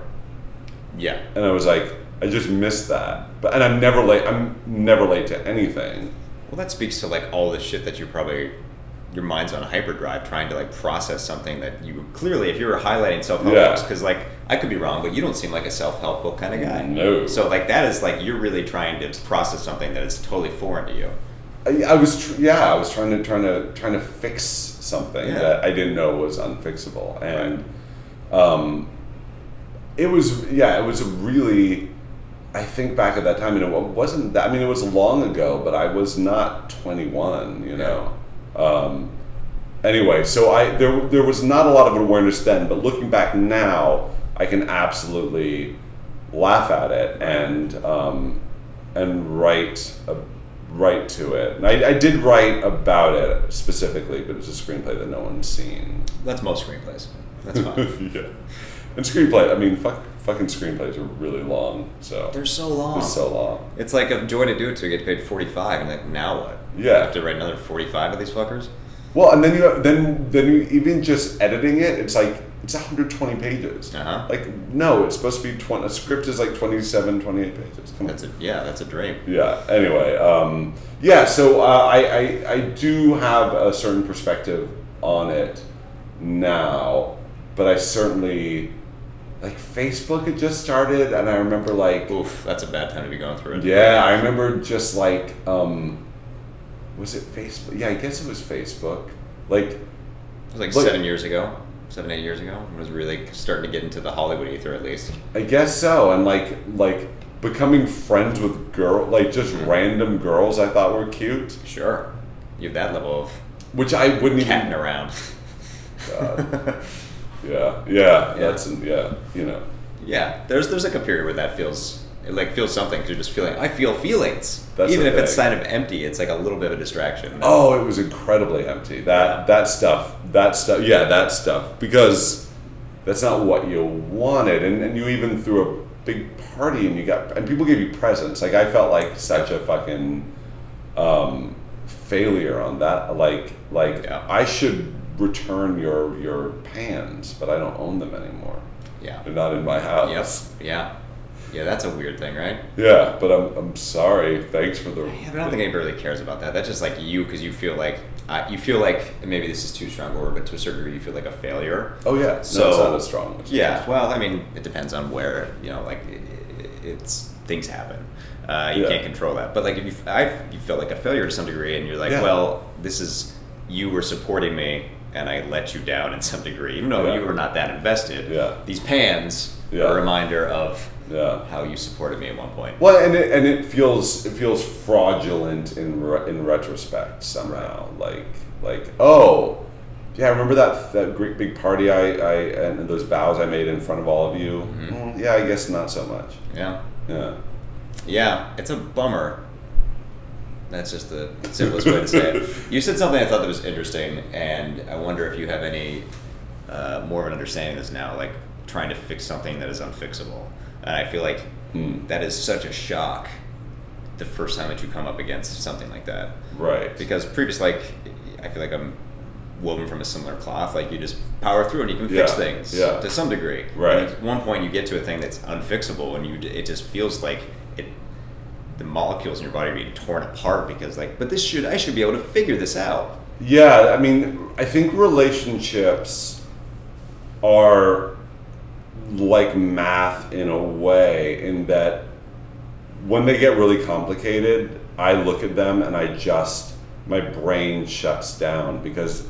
A: Yeah.
C: and I was like, I just missed that. But and I'm never late. I'm never late to anything.
A: Well, that speaks to like all the shit that you probably your mind's on hyperdrive trying to like process something that you clearly if you were highlighting self-help
C: Yeah.
A: books because like I could be wrong but you don't seem like a self-help book kind of guy.
C: No.
A: So like that is like you're really trying to process something that is totally foreign to you.
C: I, I was tr- yeah. I was trying to trying to trying to fix something
A: Yeah.
C: that I didn't know was unfixable, and um, it was yeah. It was a really. I think back at that time, and it wasn't that. I mean, it was long ago, but I was not 21. You know. Um, anyway, so I there there was not a lot of awareness then, but looking back now, I can absolutely laugh at it and um, and write a, write to it. And I, I did write about it specifically, but it's a screenplay that no one's seen.
A: That's most screenplays. That's fine.
C: yeah, and screenplay. I mean, fuck, fucking screenplays are really long. So
A: They're so long.
C: it's so long.
A: It's like a joy to do it to get paid 45 and like now what?
C: Yeah.
A: I have to write another 45 of these fuckers?
C: Well, and then you then then you even just editing it, it's like it's 120 pages.
A: Uh-huh.
C: Like no, it's supposed to be 20. A script is like 27, 28 pages. Come on.
A: That's a yeah, that's a dream.
C: Yeah. Anyway, um, yeah. So uh, I, I I do have a certain perspective on it now, but I certainly like Facebook had just started, and I remember like
A: Oof, that's a bad time to be going through it.
C: yeah, I remember just like, um, was it Facebook? Yeah, I guess it was Facebook. Like,
A: It was like
C: Look-
A: seven years ago, seven eight years ago. When it was really starting to get into the Hollywood ether, at least.
C: I guess so. And like, like becoming friends with girl, like just random girls I thought were cute,
A: Sure, you have that level of
C: which I wouldn't
A: catting
C: even.
A: around.
C: God. Yeah, yeah,
A: Yeah.
C: that's yeah, you know.
A: yeah, there's there's like a period where that feels it like feels something. 'cause You're just feeling. I feel feelings,
C: That's
A: even
C: the
A: if it's
C: thing.
A: kind of empty. It's like a little bit of a distraction.
C: Oh, it was incredibly empty. That
A: Yeah.
C: that stuff, that stuff, yeah, that stuff, because that's not what you wanted. And, and you even threw a big party, and you got and people gave you presents. Like I felt like such a fucking um, failure on that. Like like
A: Yeah.
C: I should return your your pans, but I don't own them anymore.
A: yeah.
C: They're not in my house.
A: Yep. Yeah. Yeah, that's a weird thing, right?
C: Yeah, but I'm I'm sorry. Thanks for the.
A: Yeah, but I don't think anybody really cares about that. That's just like you, because you feel like uh, you feel like and maybe this is too strong a word, but to a certain degree, you feel like a failure.
C: Oh yeah, so
A: So-
C: no, it's not as strong. It's
A: Yeah, well, I mean, it depends on where you know, like i i- it's things happen. Uh, you
C: Yeah.
A: can't control that. But like if you, I, you feel like a failure to some degree, and you're like,
C: Yeah.
A: well, this is you were supporting me, and I let you down in some degree, even though
C: Yeah.
A: you were not that invested.
C: Yeah.
A: These pans
C: Yeah.
A: are a reminder of
C: Yeah.
A: how you supported me at one point.
C: Well, and it, and it feels it feels fraudulent in re- in retrospect somehow. Like like oh, yeah, I remember that that great big party I, I and those vows I made in front of all of you. Mm, yeah, I guess not so much.
A: Yeah,
C: Yeah,
A: yeah, it's a bummer. That's just the simplest way to say it. You said something I thought that was interesting, and I wonder if you have any uh, more of an understanding of this now, like trying to fix something that is unfixable. And I feel like
C: Mm.
A: that is such a shock the first time that you come up against something like that.
C: right.
A: Because previous, like, I feel like I'm woven from a similar cloth. Like, you just power through and you can fix
C: Yeah,
A: things
C: yeah.
A: to some degree.
C: Right.
A: And at one point, you get to a thing that's unfixable, and you d- it just feels like it. The molecules in your body are being torn apart because, like, but this should I should be able to figure this out.
C: Yeah, I mean, I think relationships are like math in a way, in that when they get really complicated, I look at them and I just my brain shuts down because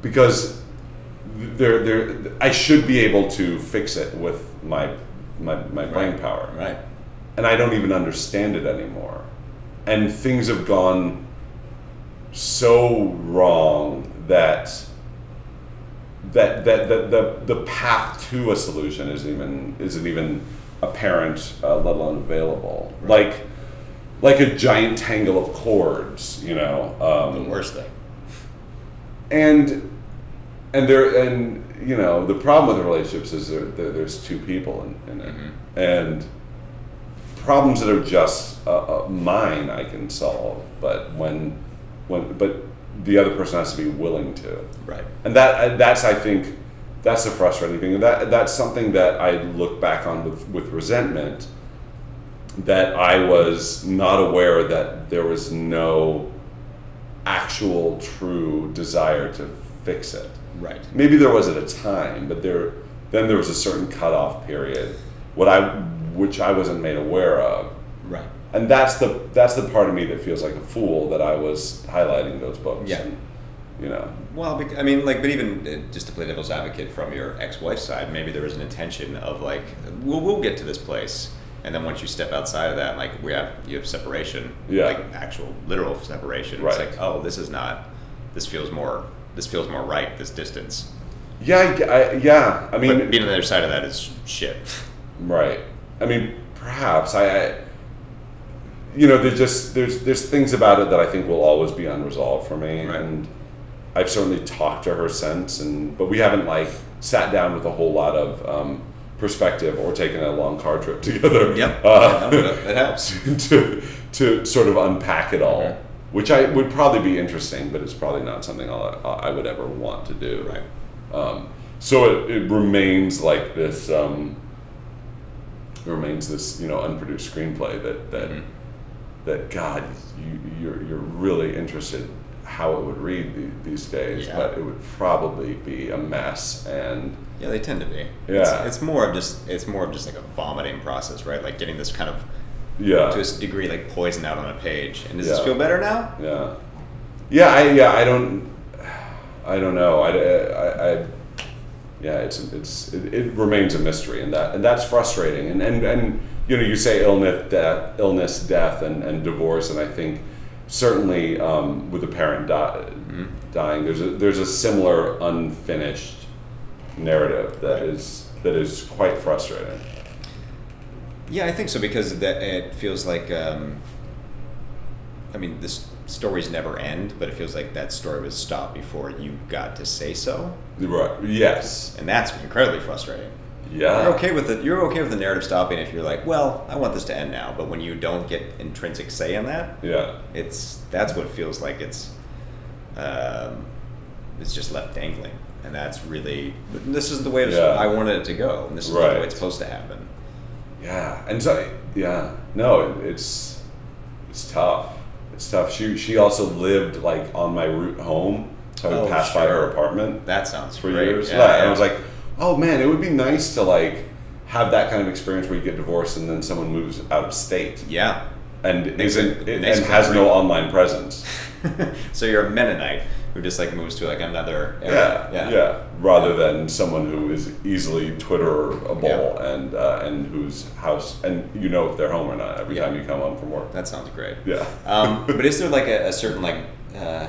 C: because there there I should be able to fix it with my my, my brain power
A: Right.
C: and I don't even understand it anymore. And things have gone so wrong that that that, that the, the path to a solution isn't even isn't even apparent, uh, let alone available. Like like a giant tangle of cords, you know. Um,
A: The worst thing.
C: and and there and you know the problem with the relationships is there, there there's two people in, in it and problems that are just uh, uh, mine I can solve but when when but the other person has to be willing to
A: Right.
C: and that uh, that's I think that's the frustrating thing and that that's something that I look back on with, with resentment that I was not aware that there was no actual true desire to fix it.
A: Right.
C: Maybe there was at a time, but there then there was a certain cutoff period, what I which I wasn't made aware of,
A: Right.
C: and that's the that's the part of me that feels like a fool that I was highlighting those books.
A: Yeah.
C: and, you know,
A: Well, bec- I mean, like, but even uh, just to play devil's advocate from your ex-wife's side, maybe there was an intention of like, we'll, we'll get to this place, and then once you step outside of that, like we have you have separation,
C: Yeah.
A: like actual literal separation.
C: Right.
A: It's like, oh, this is not. This feels more. This feels more right. This distance.
C: yeah, I, g- I- yeah. I mean,
A: But being on the other side of that is shit.
C: Right. I mean, perhaps I, I you know, there's just there's there's things about it that I think will always be unresolved for me,
A: Right.
C: and I've certainly talked to her since, and but we haven't like sat down with a whole lot of um, perspective or taken a long car trip together.
A: Yep.
C: Uh,
A: that helps.
C: to to sort of unpack it all, which I would probably be interesting, but it's probably not something I'll, I would ever want to do.
A: Right.
C: Um, so it, it remains like this. Um, it remains this, you know, unproduced screenplay that that
A: Mhm.
C: that God, you, you're you're really interested how it would read the, these days,
A: Yeah.
C: but it would probably be a mess. And
A: Yeah, they tend to be.
C: Yeah.
A: It's, it's more of just. It's more of just like a vomiting process, right? Like getting this kind of
C: yeah,
A: to a degree like poison out on a page. And does this
C: Yeah.
A: feel better now?
C: Yeah, yeah, I, yeah. I don't, I don't know. I, I, I- yeah. It's it's it, it remains a mystery, and that and that's frustrating. And and and you know, you say illness, death, illness, death, and and divorce, and I think certainly um, with a parent di-
A: Mm-hmm.
C: dying, there's a there's a similar unfinished narrative that
A: Right.
C: is that is quite frustrating.
A: Yeah, I think so because that it feels like. Um, I mean, this stories never end, but it feels like that story was stopped before you got to say so,
C: Right. Yes.
A: and that's incredibly frustrating.
C: Yeah.
A: You're okay with it. You're okay with the narrative stopping if you're like, well, I want this to end now. But when you don't get intrinsic say in that,
C: Yeah.
A: it's that's what feels like it's um, it's just left dangling, and that's really this is the way it's,
C: Yeah.
A: I wanted it to go, and this is the
C: Right.
A: way it's supposed to happen.
C: Yeah, and so yeah, no, it- it's it's tough. It's tough. She she also lived like on my route home, so I would
A: Oh,
C: pass by
A: sure.
C: her apartment
A: That sounds
C: for
A: great.
C: years.
A: Yeah,
C: Yeah, and I was
A: yeah.
C: like, oh man, it would be nice to like have that kind of experience where you get divorced and then someone moves out of state
A: yeah.
C: and isn't
A: the
C: and
A: next
C: has
A: country.
C: no online presence.
A: so you're a Mennonite who just like moves to like another
C: Yeah,
A: area.
C: yeah, Rather than someone who is easily Twitterable
A: Yeah.
C: and uh, and whose house and you know if they're home or not every
A: Yeah.
C: time you come home from work.
A: That sounds great.
C: Yeah.
A: Um, but is there like a, a certain like uh,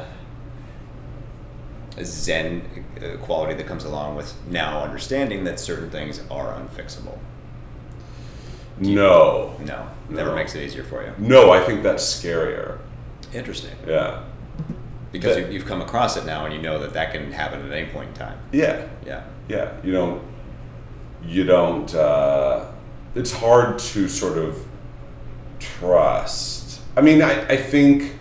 A: a Zen uh, quality that comes along with now understanding that certain things are unfixable?
C: No.
A: No, never
C: No.
A: makes it easier for you.
C: No, I think that's scarier.
A: Interesting,
C: Yeah.
A: because
C: But-
A: you've, you've come across it now and you know that that can happen at any point in time.
C: Yeah.
A: Yeah,
C: Yeah. You don't, you don't, uh, it's hard to sort of trust. I mean, I, I think,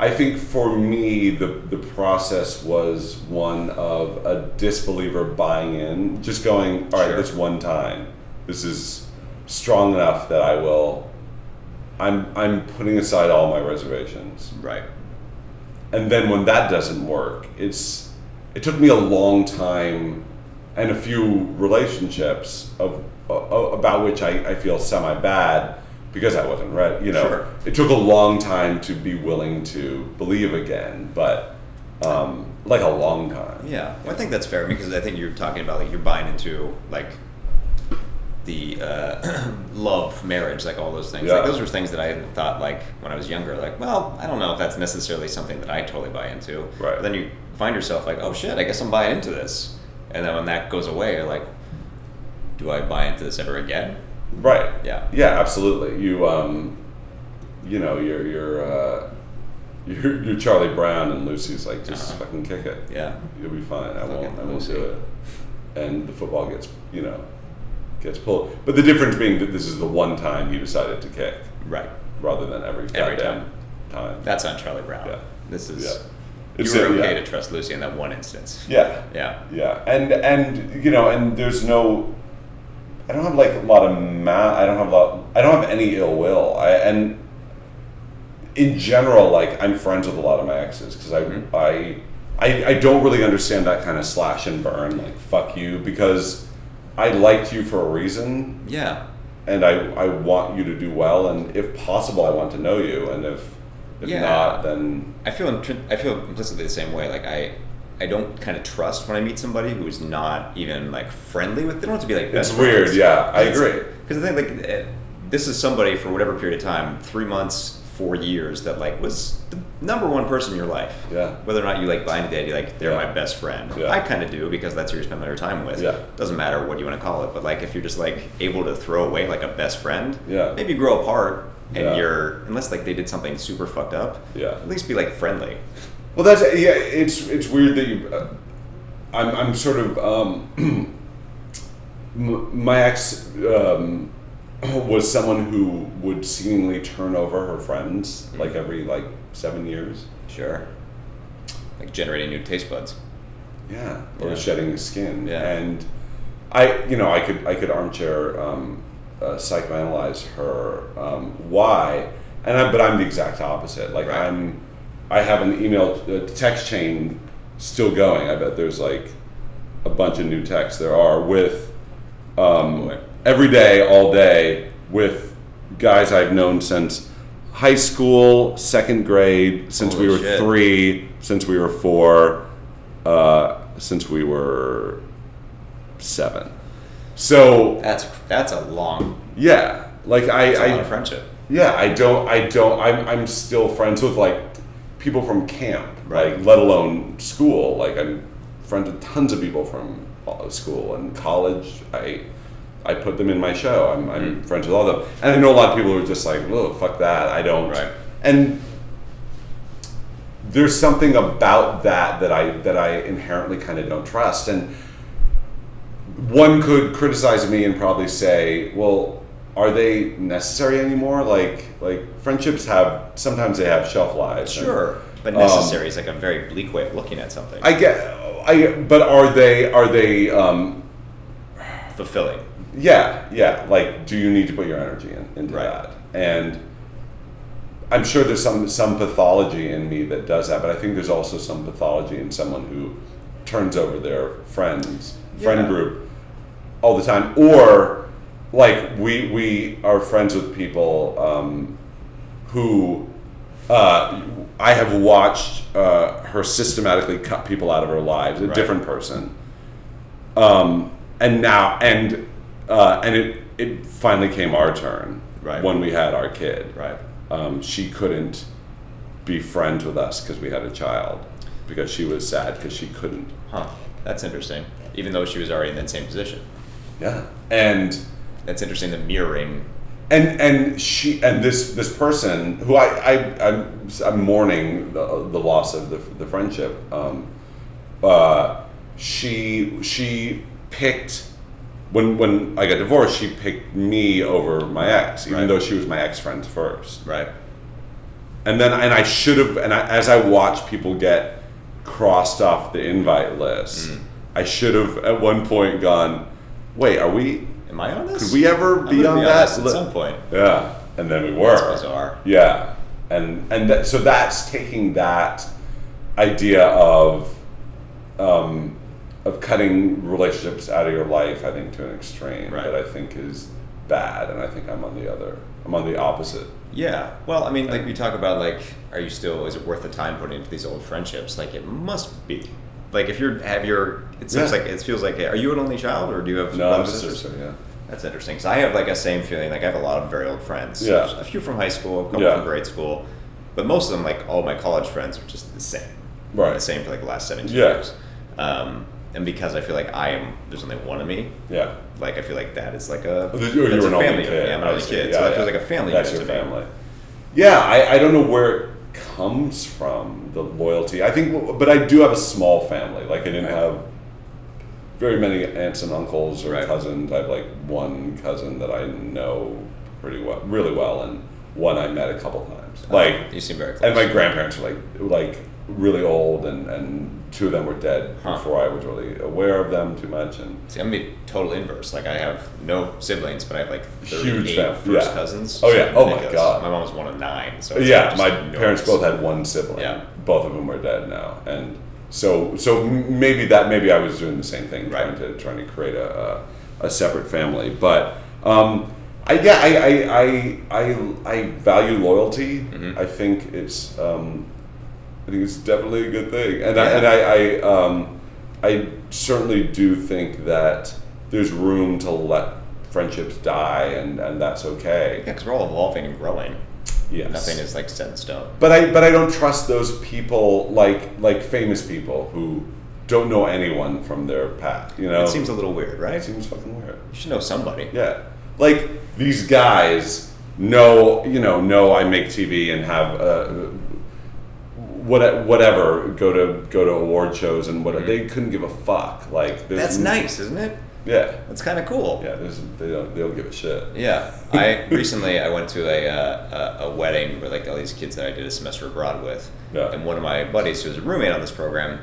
C: I think for me, the, the process was one of a disbeliever buying in, just going, all right,
A: Sure.
C: this one time, this is strong enough that I will, I'm, I'm putting aside all my reservations.
A: right.
C: and then when that doesn't work it's it took me a long time and a few relationships of uh, about which I, I feel semi bad because I wasn't ready. You know,
A: Sure.
C: it took a long time to be willing to believe again, but um, like a long time.
A: Yeah, well, I think that's fair because I think you're talking about like you're buying into like the uh, love, marriage, like all those things. Like
C: Yeah.
A: those were things that I thought like when I was younger, like well, I don't know if that's necessarily something that I totally buy into.
C: Right.
A: But then you find yourself like, oh shit, I guess I'm buying into this, and then when that goes away, you're like, do I buy into this ever again?
C: Right.
A: Yeah.
C: Yeah, absolutely. You um, you know, you're you're uh, you're, you're Charlie Brown and Lucy's like just
A: Uh-huh.
C: fucking kick it.
A: Yeah.
C: You'll be fine. I won't.
A: Fucking
C: I won't
A: Lucy.
C: do it. And the football gets you know gets pulled. But the difference being that this is the one time you decided to kick
A: Right.
C: rather than every,
A: Every
C: goddamn time.
A: That's on Charlie Brown.
C: Yeah.
A: This is.
C: yeah.
A: You
C: It's
A: were
C: it,
A: okay
C: yeah.
A: to trust Lucy in that one instance.
C: Yeah.
A: Yeah.
C: Yeah, and and you know, and there's no. I don't have like a lot of ma. I don't have a lot. I don't have any ill will. I and in general, like I'm friends with a lot of my exes because I, I I I don't really understand that kind of slash and burn like fuck you because I liked you for a reason
A: Yeah.
C: and I I want you to do well and if possible I want to know you and if if
A: Yeah.
C: not then
A: I feel intrin- I feel implicitly the same way. Like I, I don't kind of trust when I meet somebody who is not even like friendly with. They don't have to be like.
C: It's weird, yeah, I agree.
A: Because I think like eh, this is somebody for whatever period of time, three months, four years, that like was the number one person in your life.
C: Yeah.
A: Whether or not you like buy into the idea, like they're
C: Yeah.
A: my best friend.
C: Yeah.
A: I kind of do because that's who you spend your time with.
C: Yeah.
A: Doesn't matter what you want to call it, but like if you're just like able to throw away like a best friend.
C: Yeah.
A: Maybe grow apart. And
C: Yeah.
A: you're unless like they did something super fucked up.
C: Yeah.
A: At least be like friendly.
C: Well, that's yeah. It's it's weird that you. Uh, I'm I'm sort of um, m- my ex um, was someone who would seemingly turn over her friends like every like seven years.
A: Sure. Like generating new taste buds.
C: Yeah, or
A: Yeah.
C: shedding his skin.
A: Yeah.
C: And I, you know, I could I could armchair um, uh, psychoanalyze her um, why, and I, but I'm the exact opposite. Like
A: Right.
C: I'm, I have an email uh, text chain still going. I bet there's like a bunch of new texts there are with um,
A: Boy.
C: every day, all day with guys I've known since high school, second grade, since
A: Holy
C: we were
A: shit.
C: three, since we were four, uh, since we were seven. So
A: That's that's a long
C: yeah, like
A: that's a
C: I,
A: lot of
C: I
A: friendship.
C: yeah, I don't, I don't, I'm, I'm still friends with like people from camp,
A: Right.
C: Like let alone school. Like I'm friends with tons of people from uh, school and college. I, I put them in my show. I'm,
A: Hmm.
C: I'm friends with all of them, and I know a lot of people who are just like, oh, fuck that. I don't.
A: Right.
C: And there's something about that that I that I inherently kind of don't trust. And one could criticize me and probably say, well, are they necessary anymore? Like like friendships have sometimes they have shelf lives. and-
A: Sure. But
C: Um,
A: necessary is like a very bleak way of looking at something.
C: I get I but are they are they um,
A: Fulfilling.
C: yeah yeah like do you need to put your energy in, into
A: Right.
C: that and i'm sure there's some some pathology in me that does that but i think there's also some pathology in someone who turns over their friends friend
A: Yeah.
C: group all the time or like we we are friends with people um, who uh, i have watched uh, her systematically cut people out of her lives a
A: Right.
C: different person um, and now and uh, and it it finally came our turn
A: Right.
C: when we had our kid
A: Right.
C: um, she couldn't be friends with us because we had a child because she was sad because she couldn't
A: Huh. That's interesting. Even though she was already in that same position.
C: yeah and
A: That's interesting the mirroring
C: and and she and this this person who I, I I'm, I'm mourning the, the loss of the, the friendship um, uh, she she picked when when I got divorced she picked me over my ex even
A: Right.
C: though she was my ex friend first
A: Right.
C: and then and I should have and I, as I watch people get crossed off the invite list
A: Mm.
C: I should have at one point gone wait are we
A: Am I on this?
C: could we ever
A: I'm
C: be
A: gonna
C: on
A: be on
C: that
A: this at
C: li-
A: some point.
C: yeah, and then we were.
A: That's bizarre.
C: Yeah, and and that, so that's taking that idea of um, of cutting relationships out of your life, I think, to an extreme
A: Right.
C: that I think is bad, and I think I'm on the other. I'm on the opposite.
A: Yeah. Well, I mean, like we talk about, like, are you still? Is it worth the time putting into these old friendships? Like, it must be. Like, if you're have your, it seems
C: Yeah.
A: like it feels like. Are you an only child, or do you have
C: No, I'm
A: brothers
C: a
A: and sisters?
C: sister. Yeah.
A: That's interesting because I have like a same feeling. Like I have a lot of very old friends.
C: Yeah.
A: A few from high school, a couple
C: Yeah.
A: from grade school, but most of them, like all my college friends, are just the same.
C: Right.
A: The same for like the last seventeen
C: Yeah.
A: years. Um, and because I feel like I am, there's only one of me.
C: Yeah.
A: Like I feel like that is like a.
C: Oh,
A: that's
C: you- you
A: a
C: were an only
A: family
C: kid.
A: Yeah, I'm an
C: I
A: only
C: see.
A: kid,
C: Yeah,
A: so that feels
C: yeah.
A: like a family.
C: That's
A: unit
C: your
A: to me.
C: family. Yeah, I, I don't know where it comes from the loyalty. I think, but I do have a small family. Like I didn't
A: Right.
C: have very many aunts and uncles or
A: Right.
C: cousins. I have like one cousin that I know pretty well, really well, and one I met a couple times.
A: Uh-huh.
C: Like
A: Um, you seem very close.
C: and my grandparents were like like really old, and and two of them were dead
A: Huh.
C: before I was really aware of them too much, and.
A: See, I'm the total inverse. Like I have no siblings, but I have like
C: Huge
A: 38
C: fam-
A: first
C: yeah.
A: cousins.
C: Oh,
A: so
C: yeah. Oh, my
A: ridiculous.
C: God.
A: My mom was one of nine. So it's
C: yeah,
A: just
C: my
A: enormous.
C: parents both had one sibling.
A: Oh, Yeah.
C: both of them are dead now, and so so m- maybe that maybe I was doing the same thing,
A: Right.
C: trying to trying to create a a, a separate family. But um, I yeah, I I I, I, I value loyalty.
A: Mm-hmm.
C: I think it's um, I think it's definitely a good thing, and I,
A: Yeah.
C: and I I, um, I certainly do think that there's room to let friendships die, and and that's
A: Yeah,
C: okay.
A: because we're all evolving and growing.
C: Yes.
A: Nothing is like set in stone.
C: But I but I don't trust those people like like famous people who don't know anyone from their past. You know,
A: It seems a little weird,
C: it
A: right? You
C: seems fucking weird.
A: should know somebody.
C: Yeah, like these guys know you know know I make TV and have uh, what whatever go to go to award shows and whatever
A: Mm-hmm.
C: they couldn't give a fuck. Like there's-
A: That's nice, isn't it?
C: Yeah,
A: That's kind of cool.
C: yeah. There's, they don't they don't give a shit.
A: Yeah. I recently I went to a, uh, a a wedding with like all these kids that I did a semester abroad with,
C: Yeah.
A: and one of my buddies who's a roommate on this program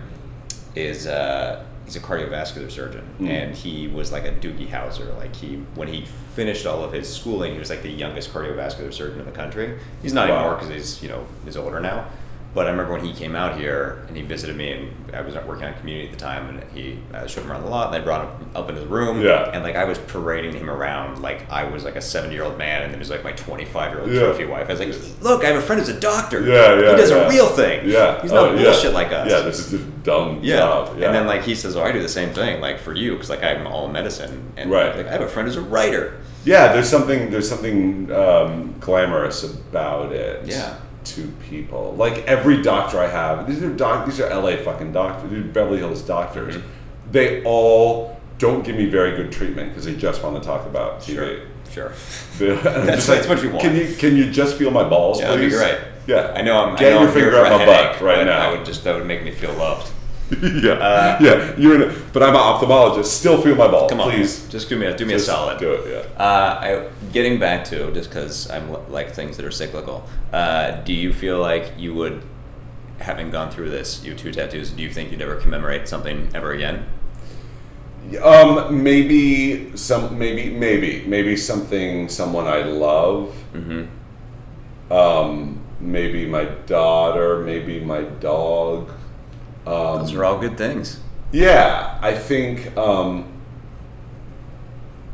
A: is uh, he's a cardiovascular surgeon,
C: Mm.
A: and he was like a Doogie Howser. Like he when he finished all of his schooling, he was like the youngest cardiovascular surgeon in the country. He's not
C: Wow.
A: anymore because he's you know he's older now. But I remember when he came out here and he visited me, and I was working on community at the time, and he I showed him around the lot, and I brought him up into the room,
C: Yeah.
A: and like I was parading him around like I was like a seventy year old man, and then he was like my twenty five year old
C: Yeah.
A: trophy wife. I was like, look, I have a friend who's a doctor.
C: Yeah, yeah.
A: He does
C: yeah.
A: a real thing.
C: Yeah,
A: He's not
C: Oh, yeah.
A: bullshit like us.
C: Yeah, this is just dumb
A: Yeah.
C: job. Yeah,
A: And then like he says, "Oh, I do the same thing, like for you, because like I'm all medicine, and
C: Right.
A: like I have a friend who's a writer."
C: Yeah, there's something there's something um, glamorous about it.
A: Yeah.
C: To people, like every doctor I have, these are doc, these are LA fucking doctors, these are Beverly Hills doctors.
A: Mm-hmm.
C: They all don't give me very good treatment because they just want to talk about TV.
A: Sure.
C: They- I'm
A: That's-
C: just like,
A: that's what you want.
C: Can you can you just feel my balls,
A: Yeah, that'd
C: Oh, please?
A: be great.
C: Yeah,
A: I know I'm.
C: Get
A: I know
C: your
A: I'm here
C: finger
A: for
C: up
A: a
C: my
A: headache,
C: butt right
A: but
C: now.
A: I would just that would make me feel loved.
C: yeah, yeah. You're in a, but I'm an ophthalmologist. Still feel my balls,
A: Come on,
C: please.
A: just do me a do me
C: Just
A: a solid.
C: Do it. Yeah.
A: Uh, I, getting back to just because I'm li- like things that are cyclical. Uh, do you feel like you would, having gone through this, you have two tattoos? Do you think you'd ever commemorate something ever again?
C: Um, maybe some, maybe, maybe, maybe something, someone I love. Um, maybe my daughter, maybe my dog. Um,
A: Those are all good things.
C: yeah, I think. Um,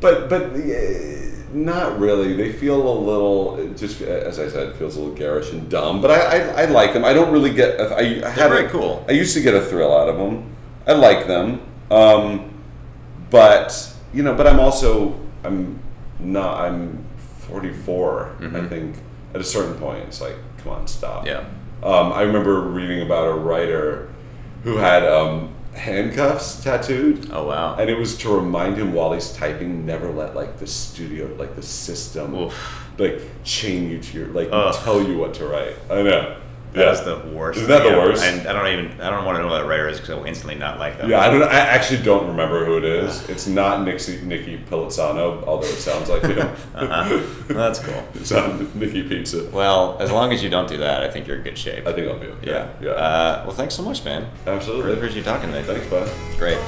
C: but but eh, not really. They feel a little, it just uh, as I said, it feels a little garish and dumb. But I I, I like them. I don't really get. I, I had a-
A: very cool.
C: I used to get a thrill out of them. I like them. Um, but you know, but I'm also I'm not. I'm 44. I think at a certain point, it's like, come on, stop.
A: Mm-hmm. Yeah.
C: Um, I remember reading about a writer who had um, handcuffs tattooed,
A: Oh wow.
C: and it was to remind him while he's typing, never let like the studio, like the system,
A: Oof.
C: like chain you to your, like
A: Ugh.
C: tell you what to write. I know.
A: That's the worst.
C: Isn't that
A: thing
C: the
A: ever.
C: worst?
A: I, I don't even. I don't want to know who that writer is because I will instantly not like them.
C: Yeah, I don't. I actually don't remember who it is. It's not Nixie, Nikki Pilizzano, although it sounds like him.
A: Uh-uh. Well, that's cool.
C: it's not Nikki Pizza.
A: Well, as long as you don't do that, I think you're in good shape.
C: I think I'll be okay.
A: yeah.
C: yeah,
A: Uh, well, thanks so much, man. Really
C: absolutely.
A: appreciate you talking today.
C: Thanks, bud.
A: Great.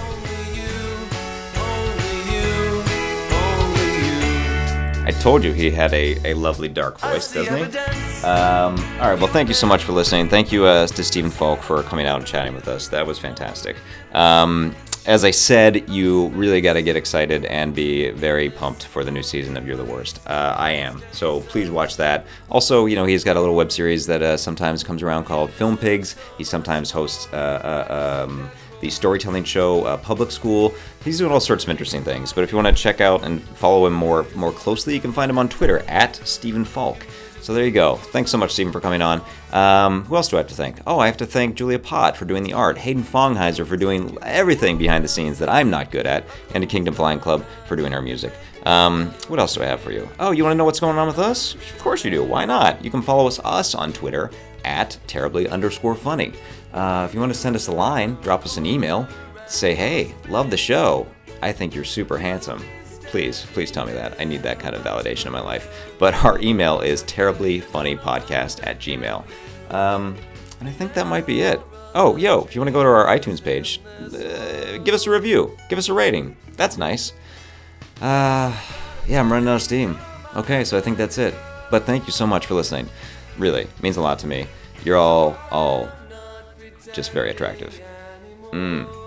A: I told you he had a, a lovely dark voice, doesn't he? Um, all right. Well, thank you so much for listening. Thank you uh, to Stephen Falk for coming out and chatting with us. That was fantastic. Um, as I said, you really got to get excited and be very pumped for the new season of You're the Worst. Uh, I am. So please watch that. Also, you know, he's got a little web series that uh, sometimes comes around called Film Pigs. He sometimes hosts uh, uh, um, the storytelling show uh, Public School. He's doing all sorts of interesting things. But if you want to check out and follow him more more closely, you can find him on Twitter at Stephen Falk. So there you go. Thanks so much, Stephen, for coming on. Um, who else do I have to thank? Oh, I have to thank Julia Pott for doing the art, Hayden Fongheiser for doing everything behind the scenes that I'm not good at, and the Kingdom Flying Club for doing our music. Um, what else do I have for you? Oh, you want to know what's going on with us? Of course you do. Why not? You can follow us, us on Twitter at terribly underscore funny. Uh, if you want to send us a line, drop us an email, say, hey, love the show. I think you're super handsome. Please, please tell me that. I need that kind of validation in my life. But our email is terriblyfunnypodcast at gmail. Um, and I think that might be it. Oh, yo, if you want to go to our iTunes page, uh, give us a review, give us a rating. That's nice. Uh, yeah, I'm running out of steam. Okay, so I think that's it. But thank you so much for listening. Really, it means a lot to me. You're all, all just very attractive. Mmm.